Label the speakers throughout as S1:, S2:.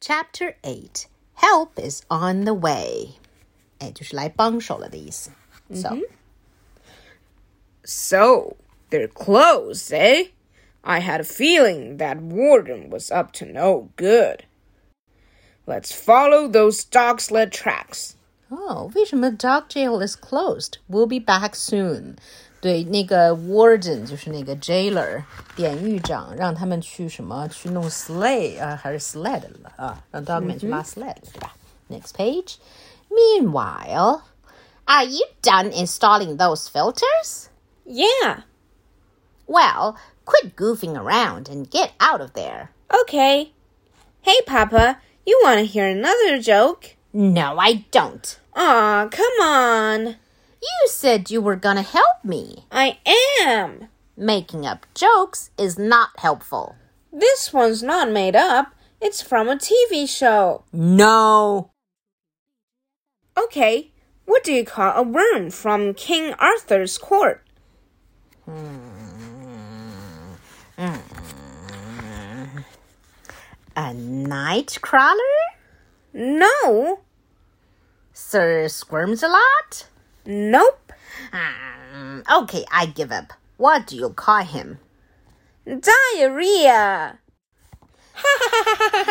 S1: Chapter 8 Help is on the way. 哎，就是来帮手了的意思。So,
S2: So, they're closed, eh? I had a feeling that Warden was up to no good. Let's follow those dog sled tracks.
S1: oh, 为什么 dog jail is closed? We'll be back soon. 对，那个 warden 就是那个 jailer 典狱长，让他们去什么去弄 sleigh 啊，还是 sled 了啊，让 dog 们去拉 sled 了，对吧？Next page. Meanwhile, are you done installing those filters?
S2: Yeah,
S1: Well, quit goofing around and get out of there.
S2: okay. Hey, Papa, you want to hear another joke?
S1: No, I don't.
S2: Aw, come on.
S1: You said you were gonna help me.
S2: I am.
S1: Making up jokes is not helpful.
S2: This one's not made up, it's from a TV show.
S1: No.
S2: Okay, what do you call a worm from King Arthur's court?
S1: A nightcrawler?
S2: No,
S1: Sir squirms a lot?
S2: nope,
S1: Hmm, okay, I give up. What do you call him?
S2: diarrhea.
S1: What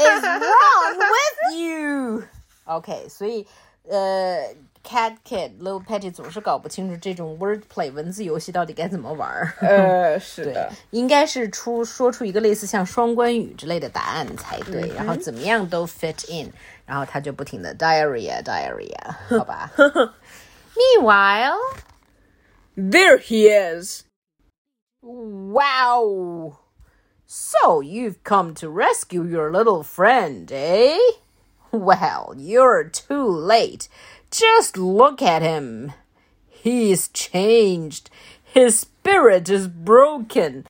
S1: is wrong with you? OK，所以呃，Cat Kid Little Patty 总是搞不清楚这种 wordplay 文字游戏到底该怎么玩儿。
S2: 呃，是的，
S1: 应该是出说出一个类似像双关语之类的答案才对，
S2: 嗯
S1: 然后怎么样都 fit in，然后他就不停的 diarrhea diarrhea，好啊 吧？Meanwhile,
S2: There he is.
S1: wow, so you've come to rescue your little friend, eh? Well, you're too late. Just look at him. He's changed. His spirit is broken.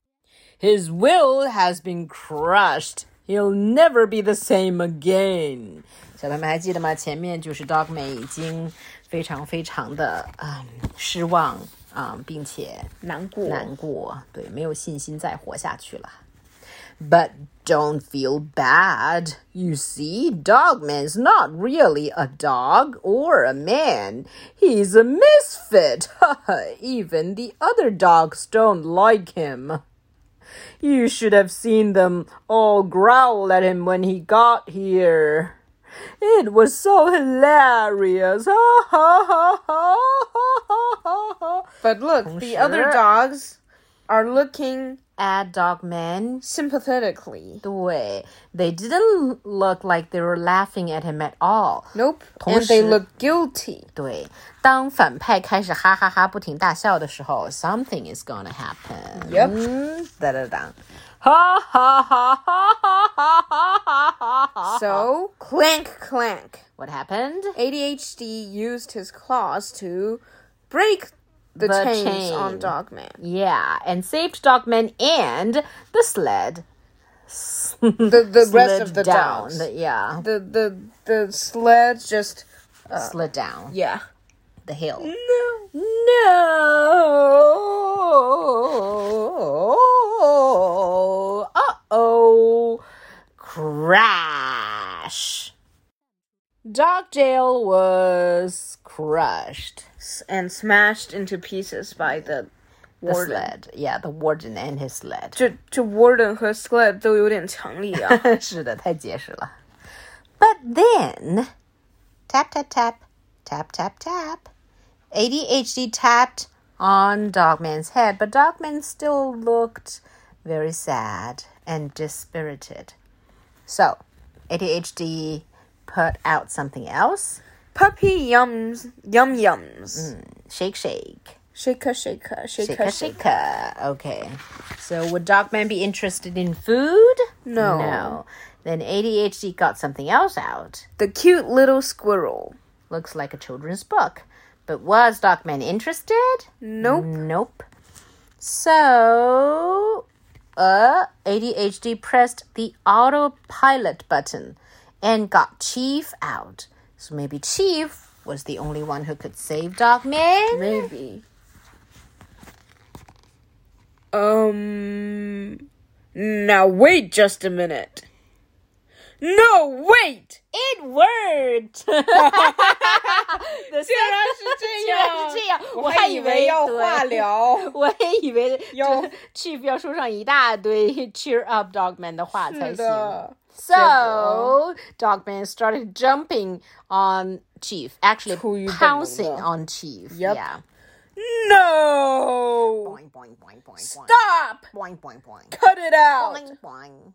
S1: His will has been crushed. He'll never be the same again. 小朋友们还记得吗？前面就是 Dog 美已经非常非常的嗯失望啊、嗯并且
S2: 难过
S1: 难过，对，没有信心再活下去了。But don't feel bad. You see, Dogman's not really a dog or a man. He's a misfit. Even the other dogs don't like him. You should have seen them all growl at him when he got here. It was so hilarious. Ha ha ha ha ha ha ha ha.
S2: But look, the other
S1: 同时-
S2: dogs are looking
S1: At Dogman
S2: sympathetically.
S1: 对，they didn't look like they were laughing at him at all。
S2: Nope, and
S1: 同
S2: they
S1: 时-
S2: look guilty.
S1: 对，当反派开始哈哈哈不停大笑的时候，something is gonna happen。
S2: Yep.
S1: 哒哒哒，哈哈哈哈哈哈哈哈哈哈。
S2: So, clank, clank.
S1: What happened?
S2: ADHD used his claws to break the,
S1: The
S2: chains
S1: chain.
S2: on Dogman.
S1: Yeah, and saved Dogman and the sled.
S2: The the rest
S1: slid
S2: of the
S1: down.
S2: dogs.
S1: Yeah,
S2: The the the sled just
S1: slid down
S2: yeah.
S1: the hill.
S2: No.
S1: Uh oh. Crash. Dog jail was crushed.
S2: And smashed into pieces by the
S1: The
S2: warden.
S1: sled. Yeah, the warden and his sled.
S2: 这这 warden 和 sled 都有点强力 啊。
S1: 是的，太结实了。But then, tap, tap, tap, tap, tap, tap. ADHD tapped on Dogman's head, but Dogman still looked very sad and dispirited. So, ADHD put out something else.
S2: Puppy yums yum yums.
S1: Shake, shake.
S2: Shake a shake a shake
S1: Shaka,
S2: a shake.
S1: shaka. Okay. So, would Dogman be interested in food?
S2: No.
S1: No. Then ADHD got something else out.
S2: The cute little squirrel.
S1: Looks like a children's book. But was Dogman interested?
S2: Nope.
S1: Nope. So, uh, ADHD pressed the autopilot button and got Chief out. So maybe Chief was the only one who could save Dogman?
S2: Maybe. Um. Now wait just a minute. No, wait!
S1: It worked.
S2: 竟然是这
S1: 竟然
S2: 样，
S1: 是这样
S2: 我
S1: 我
S2: 还
S1: 还
S2: 以
S1: 以
S2: 为
S1: 为
S2: 要
S1: 对
S2: 化疗。
S1: 我也以为
S2: 要
S1: 这 Chief 要说上一大堆 cheer up Dogman 的话才
S2: 是
S1: 行。
S2: 的，
S1: So Dogman started jumping on Chief, actually
S2: 出于本能的。
S1: pouncing on Chief.
S2: Yep.
S1: Yeah.
S2: No!
S1: Boing boing boing boing. boing.
S2: Stop!
S1: Boing boing boing.
S2: Cut it out!
S1: Boing boing.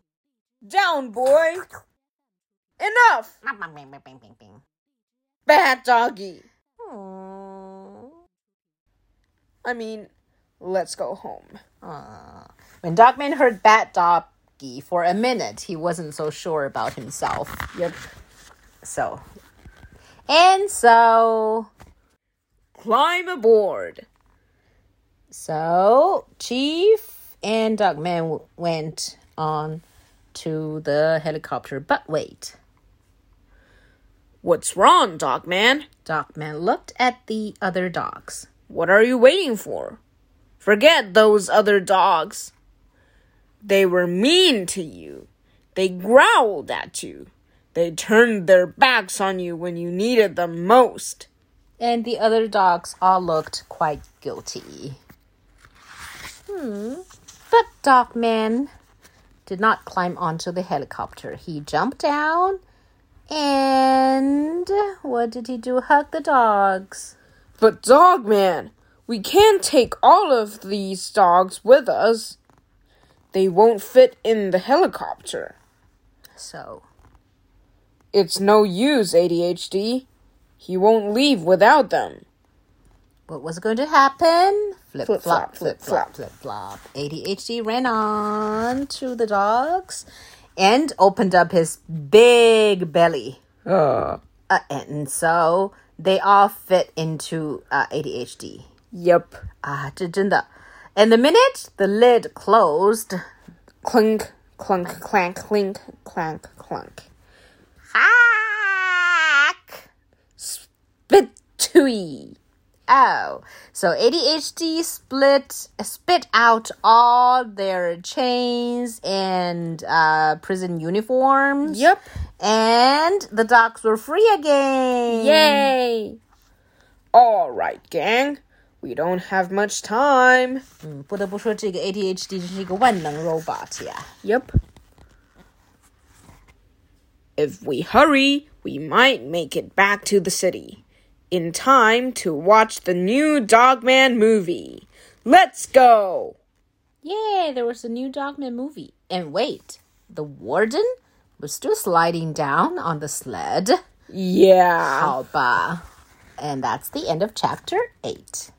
S2: Down, boy! Enough!
S1: Bing, bing, bing, bing, bing, bing.
S2: Bad doggy!
S1: Hmm.
S2: I mean, let's go home.
S1: Aw. When Dogman heard Bat Doggy for a minute, he wasn't so sure about himself.
S2: Yep.
S1: So, and so,
S2: Climb aboard.
S1: so Chief and Dogman w- went on to the helicopter. But wait,
S2: What's wrong, dog man?
S1: Dogman looked at the other dogs.
S2: What are you waiting for? Forget those other dogs. They were mean to you. They growled at you. They turned their backs on you when you needed them most.
S1: And the other dogs all looked quite guilty. Hmm. But Dogman did not climb onto the helicopter. He jumped down and what did he do? Hug the dogs.
S2: But dog man, we can't take all of these dogs with us. They won't fit in the helicopter.
S1: So,
S2: It's no use, ADHD. He won't leave without them.
S1: what was going to happen? Flip,
S2: Flip, flop,
S1: flop,
S2: flip,
S1: flip, flop,
S2: flop.
S1: flip, flop. ADHD ran on to the dogs and opened up his big belly.
S2: Uh.
S1: Uh, and so they all fit into uh, ADHD.
S2: Yep.
S1: 啊，这真的。And the minute the lid closed,
S2: Clink, clunk, clank, clink, clank, clunk.
S1: hack.
S2: Bitui.
S1: Oh, so ADHD split spit out all their chains and uh, prison uniforms.
S2: Yep.
S1: And the dogs were free again.
S2: Yay! Alright, gang. We don't have much time.
S1: Hmm, 不得不说，这个 ADHD 真是一个万能 robot 呀。
S2: Yep. If we hurry, we might make it back to the city in time to watch the new Dogman movie. Let's go!
S1: Yay, there was a new Dogman movie. And wait, the warden was still sliding down on the sled.
S2: Yeah.
S1: Alba. And that's the end of chapter 8.